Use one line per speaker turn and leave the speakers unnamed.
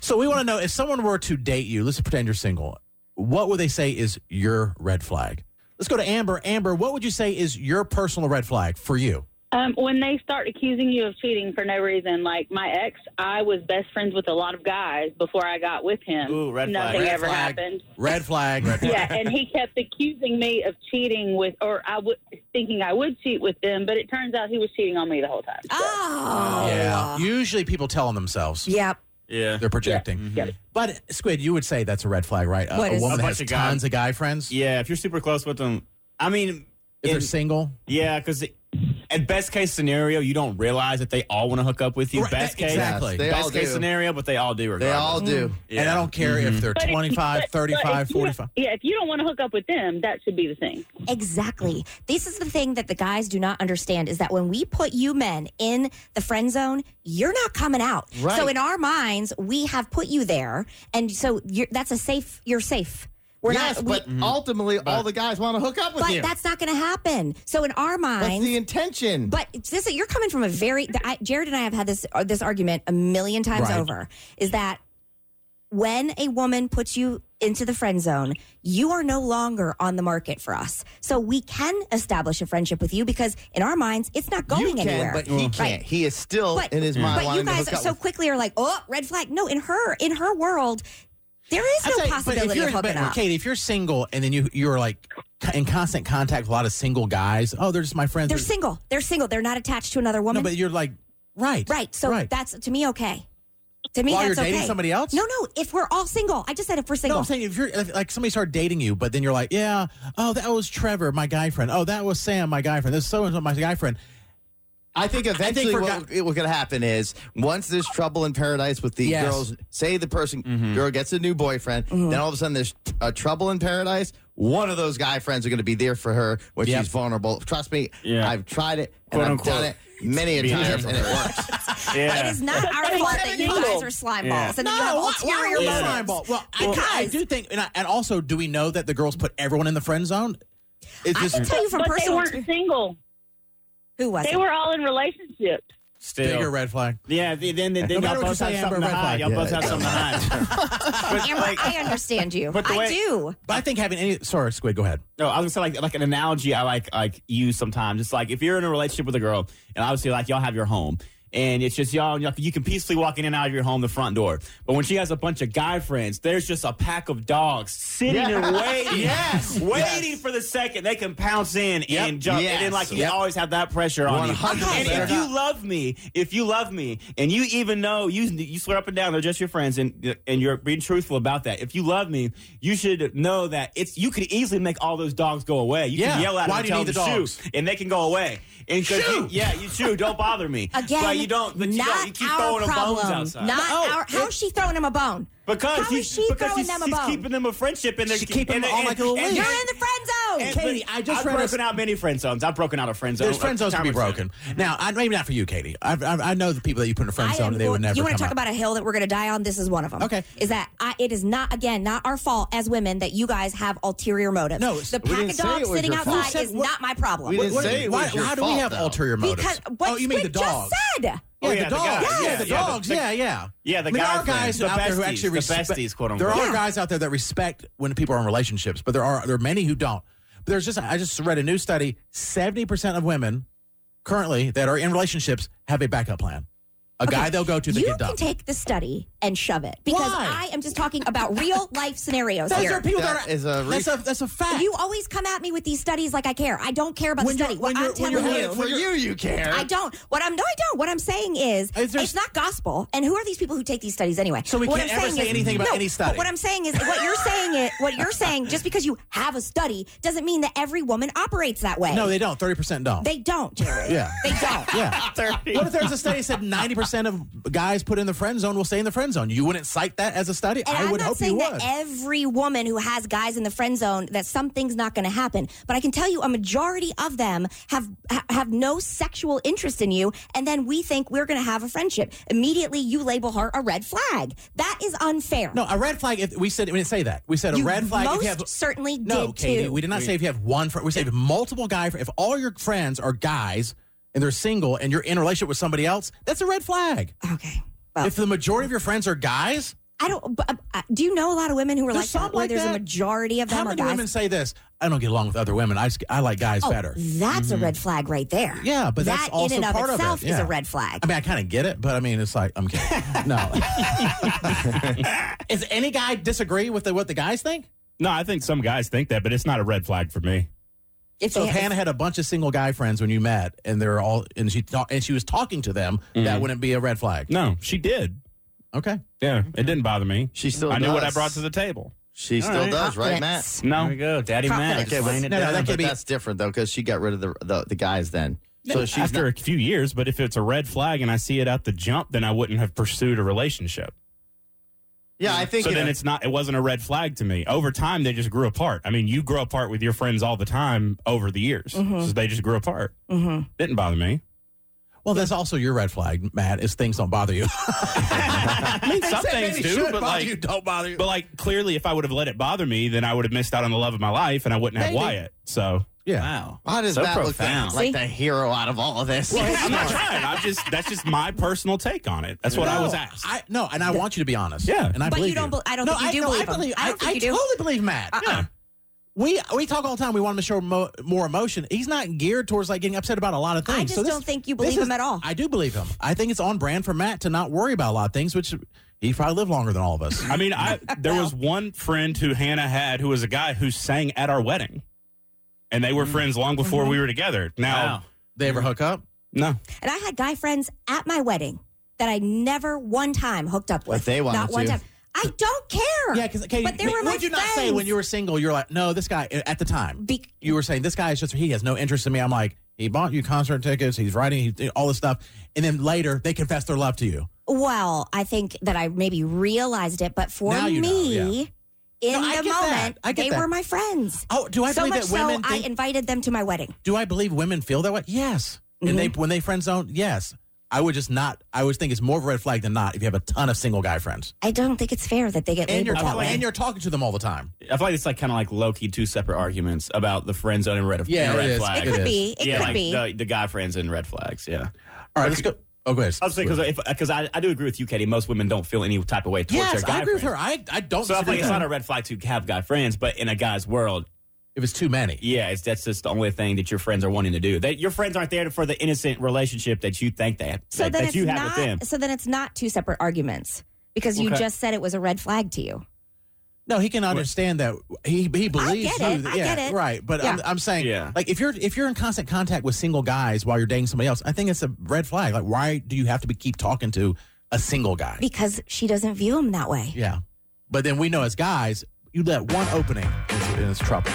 So we want to know if someone were to date you, let's pretend you're single, what would they say is your red flag? Let's go to Amber. Amber, what would you say is your personal red flag for you?
Um, when they start accusing you of cheating for no reason, like my ex, I was best friends with a lot of guys before I got with him.
Ooh, red flag.
Nothing
Red
ever
flag.
happened.
Red flag. Red
yeah, and he kept accusing me of cheating with, or I would thinking I would cheat with them, but it turns out he was cheating on me the whole time. So,
Oh.
Yeah. Usually people tell on themselves.
Yep.
Yeah.
They're projecting.
yeah.
But Squid, you would say that's a red flag, right? A-
What
a
is-
woman
A bunch
has
of guys-
tons of guy friends.
Yeah, if you're super close with them, I mean,
If they're
in-
single,
yeah, because at best case scenario, you don't realize that they all want to hook up with you.
Right,
best
that-
case,
exactly.
Yes, they all
best case
do.
scenario, but they all do.
They
Regardless.
all
Mm.
do.
Yeah. Mm-hmm.
and I don't care if they're
But if you-
25,
but- but if
35,
you don't-
45.
Yeah, if you don't want to hook up with them, that should be the thing.
Exactly. This is the thing that the guys do not understand is that when we put you men in the friend zone, you're not coming out.
Right.
So in our minds, we have put you there, and so you're, that's a safe. You're safe. We're
yes,
not. we-
but ultimately, all the guys want to hook up with
but
you.
that's not going to happen. So in our
That's
minds,
the intention.
But it's this you're coming from a very I, Jared and I have had this uh, this argument a million times
Right.
over is that when a woman puts you into the friend zone, you are no longer on the market for us. So we can establish a friendship with you because in our minds it's not going
you can,
anywhere.
but he can't.
Right.
He is still
But-
in his mind.
But you
wanting to
guys
hook up
so
with-
quickly are like, "Oh, red flag." No, in her in her world there is
I'd
no
say- but if
possibility
you're-
of hooking
but,
up.
Katie, if you're single and then you you're like in constant contact with a lot of single guys, oh, they're just my friends.
They're single. They're single. They're not attached to another
no,
woman.
but you're like right,
Right. So
right.
that's to me okay. To me,
While
that's
you're dating
okay.
somebody else?
No, no. If we're all single, I just said if we're
no,
single.
I'm saying if you're if, like somebody started dating you, but then you're like, yeah, oh, that was Trevor, my guy friend. Oh, that was Sam, my guy friend. This so and so, my guy friend.
I think eventually
for
what, it- what's going to happen is once there's trouble in paradise with the
Yes.
girls, say the person girl gets a new boyfriend,
Mm-hmm.
then all of a sudden there's uh, trouble in paradise. One of those guy friends are going to be there for her when
Yep.
she's vulnerable. Trust me,
Yeah.
I've tried it and
Quote,
I've
unquote.
done it many a
Being there
times
for
and it works.
Yeah.
It is not our fault that you guys are slime
Yeah.
balls and that you have ulterior
why are we
motives.
slime ball? Well, I,
Because-
I do think, and, I, and also, do we know that the girls put everyone in the friend zone? It's
I can tell you from
but they
personal
weren't
experience.
single.
Who was
They
it?
were all in relationships.
Still.
bigger red flag.
Yeah, th- then,
No
then, then
matter
y'all
what you
both
say,
have
Amber,
something
red
to hide.
flag.
Y'all both
Yeah.
have something to hide. But,
Amber,
like-
I understand you.
But the
I
way-
do.
But I think having any sorry, Squid, go ahead.
No, I was gonna say like like an analogy I like like use sometimes. It's like if you're in a relationship with a girl, and obviously like y'all have your home, and it's just y'all, y'all you can peacefully walk in and out of your home the front door. But when she has a bunch of guy friends, there's just a pack of dogs sitting and waiting, yes, waiting for the second they can pounce in and jump.
Yes.
And then like you
Yep.
always have that pressure on you.
100%.
And if you love me, if you love me, and you even know you you swear up and down they're just your friends, and and you're being truthful about that. If you love me, you should know that it's you could easily make all those dogs go away. You
Yeah.
can yell at
Why
them,
do
and
you
tell
need
them
the
to
dogs?
shoot, and they can go away. And 'cause you-
Shoot!
yeah, you shoot. Don't bother me.
Again,
but you don't. But you,
not
don't. you keep
our
throwing them
problem.
bones outside. Oh,
Not
No,
our. How's she throwing him a bone?
because
How
he's,
is she
because
throwing
he's,
them a
he's
bone?
keeping them a friendship, and they're
She keeping
and,
them all
and-
like little
and-
leash.
You're in the friend
and-
zone.
Katie, I just
I've
read a-
broken out many friend zones. I've broken out of friend zones.
There's friend zones to be broken. Now, I, maybe not for you, Katie. I, I, I know the people that you put in a friend
I
zone,
am
and they would
going-
never.
You
want to
talk about a hill that we're going to die on? This is one of them.
Okay.
Is that I, it is not again not our fault as women that you guys have ulterior motives.
No, it's-
the
we
pack
didn't
of
say
dogs
it was
sitting
your fault.
outside
Who said
is
what-
not my problem.
We didn't
What-
say it
why,
was your
how do we
fault,
have
though.
ulterior motives?
because what
oh, you mean the
Squid
dogs?
just said.
Yeah,
Oh,
the
yeah, the
dogs.
guys.
yeah,
Yeah,
the
yeah, the-
dogs.
the-
yeah, yeah.
Yeah, the
I mean, there
guy
are guys
friends, the
out there who
besties,
actually
the
respect.
besties, quote,
there are
unquote.
guys out there that respect when people are in relationships, but there are there are many who don't. But there's just I just read a new study: seventy percent of women currently that are in relationships have a backup plan, a guy they'll go to that
you
get
can
dumped.
take the study and shove it because
Why?
I am just talking about real life scenarios
Those
here.
are people that,
That
are,
is a
that's a that's a fact.
you always come at me with these studies like I care. I don't care about
When
the
you're-
study.
when
What I'm
you're- when
telling
you're
you,
having-
For you, you care.
I don't. What I'm no, I don't. What I'm saying is,
Is there-
it's not gospel. And who are these people who take these studies anyway?
So we
What
can't
I'm
ever
saying
say
is-
anything about
no,
any study.
But what I'm saying is, what you're saying is, what you're saying, just because you have a study doesn't mean that every woman operates that way.
no, they don't. Thirty percent don't.
they don't, Jared.
Yeah.
they don't.
yeah. What if there's a study that said 90% of guys put in the friend zone will stay in the friend zone? You wouldn't cite that as a study?
And
I
am
would
not
hope you
saying
would.
that every woman who has guys in the friend zone that something's not going to happen, but I can tell you a majority of them have ha- have no sexual interest in you, and then we think we're going to have a friendship. Immediately, you label her a red flag. That is unfair.
no, a red flag. If we said we didn't say that. We said a
You
red flag.
Most
if you have,
certainly
no,
did
Katie,
too.
we did not say if you have one friend. We said if multiple guy. If all your friends are guys and they're single and you're in a relationship with somebody else, that's a red flag.
okay. Well,
If the majority of your friends are guys,
I don't. but, uh, uh, do you know a lot of women who are
There's
like
some
that? Where
like
there's
that.
a majority of them
How
are
many
guys.
women say this? I don't get along with other women. I, just, I like guys
oh,
better. Mm-hmm.
that's a red flag right there.
Yeah, but that's
that
also
in and of
part of it,
itself is
yeah.
a red flag.
I mean, I kind of get it, but I mean, it's like I'm kidding. No. Is any guy disagree with the, what the guys think?
No, I think some guys think that, but it's not a red flag for me.
if
So
they-
if Hannah had a bunch of single guy friends when you met, and they're all and she ta- and she was talking to them,
Mm-hmm.
that wouldn't be a red flag.
No, she did.
Okay.
Yeah, it didn't bother me.
She still
I knew what I
does.
brought to the table.
She still
right.
does, right, Matt?
Confidence.
No. There we go. Daddy
Confidence.
Matt.
Okay, but-
laying it
no, no,
down.
that could
But
be-
that's different though, because she got rid of the the, the guys then. So she's
After a few years, but if it's a red flag and I see it at the jump, then I wouldn't have pursued a relationship.
yeah, I think
So
you
then
know,
it's not it wasn't a red flag to me. Over time they just grew apart. I mean, you grow apart with your friends all the time over the years. So they just grew apart.
Mhm.
Didn't bother me.
Well, that's also your red flag, Matt. Is things don't bother you?
I mean, some
They said
things
maybe
do,
should
but
bother
like
you, don't bother you.
But like clearly if I would have let it bother me, then I would have missed out on the love of my life and I wouldn't have
Maybe.
Wyatt. So
yeah.
Wow.
how does
so
Matt
profound.
look like,
See?
the hero out of all of this?
I'm not trying. I'm just that's just my personal take on it. That's what I
No,
was asked.
I, no, and I want you to be honest.
Yeah.
and I
But you
believe
don't bel- I don't
no,
think you
I,
do
no,
believe
I
him.
believe.
I don't
I,
think you do.
totally believe Matt. Yeah. We we talk all the time. We want him to show mo- more emotion. He's not geared towards like getting upset about a lot of things.
I just
So this-
don't think you
this
believe
is-
him at all.
I do believe him. I think it's on brand for Matt to not worry about a lot of things, which he probably lived longer than all of us.
I mean, I there was one friend who Hannah had who was a guy who sang at our wedding. And they
Mm.
were friends long before
Mm-hmm.
we were together. Now,
they ever hook up?
no.
and I had guy friends at my wedding that I never one time hooked up with.
But they wanted
Not one
to.
time. I don't care.
Yeah, because
but they were my
would you not say
friends.
when you were single, you're like, no, this guy at the time
Be-
you were saying this guy is just he has no interest in me. I'm like, he bought you concert tickets, he's writing he, all this stuff, and then later they confess their love to you.
Well, I think that I maybe realized it, but for
Now you know,
me, in
No, I
the
get that.
moment,
I get
they
that.
were my friends.
Oh, do I
so
believe
much
that women
so,
think,
I invited them to my wedding.
do I believe women feel that way? Yes. And
Mm-hmm.
they when they friend zone, yes. I would just not. I always think it's more of a red flag than not if you have a ton of single guy friends
I don't think it's fair that they get
and you're
labeled that
talking,
way.
and you're talking to them all the time.
I feel like it's like kind of like low key two separate arguments about the friend zone and red,
Yeah,
and
it
red
is.
flag.
it could
is.
be. It
yeah,
could
like
be.
The, the guy friends and red flags. Yeah.
All right, let's go. Oh, go ahead.
I was saying because because I, I do agree with you, Katie. Most women don't feel any type of way towards their
yes,
guy
I agree with her.
friends.
I I don't.
So
disagree
I feel like
with
it's
that.
not a red flag to have guy friends, but in a guy's world,
if it's too many.
yeah, it's that's just the only thing that your friends are wanting to do. That your friends aren't there for the innocent relationship that you think they
so
that,
then
that
it's
you have
not.
with them.
So then it's not two separate arguments because you
Okay.
just said it was a red flag to you.
No, he can understand that. He he believes
get it.
you. That,
I
yeah,
get it.
right. But I'm,
Yeah.
I'm saying,
Yeah.
like, if you're if you're in constant contact with single guys while you're dating somebody else, I think it's a red flag. Like, why do you have to be keep talking to a single guy?
Because she doesn't view him that way.
yeah. But then we know as guys, you let one opening, and it's, and it's trouble.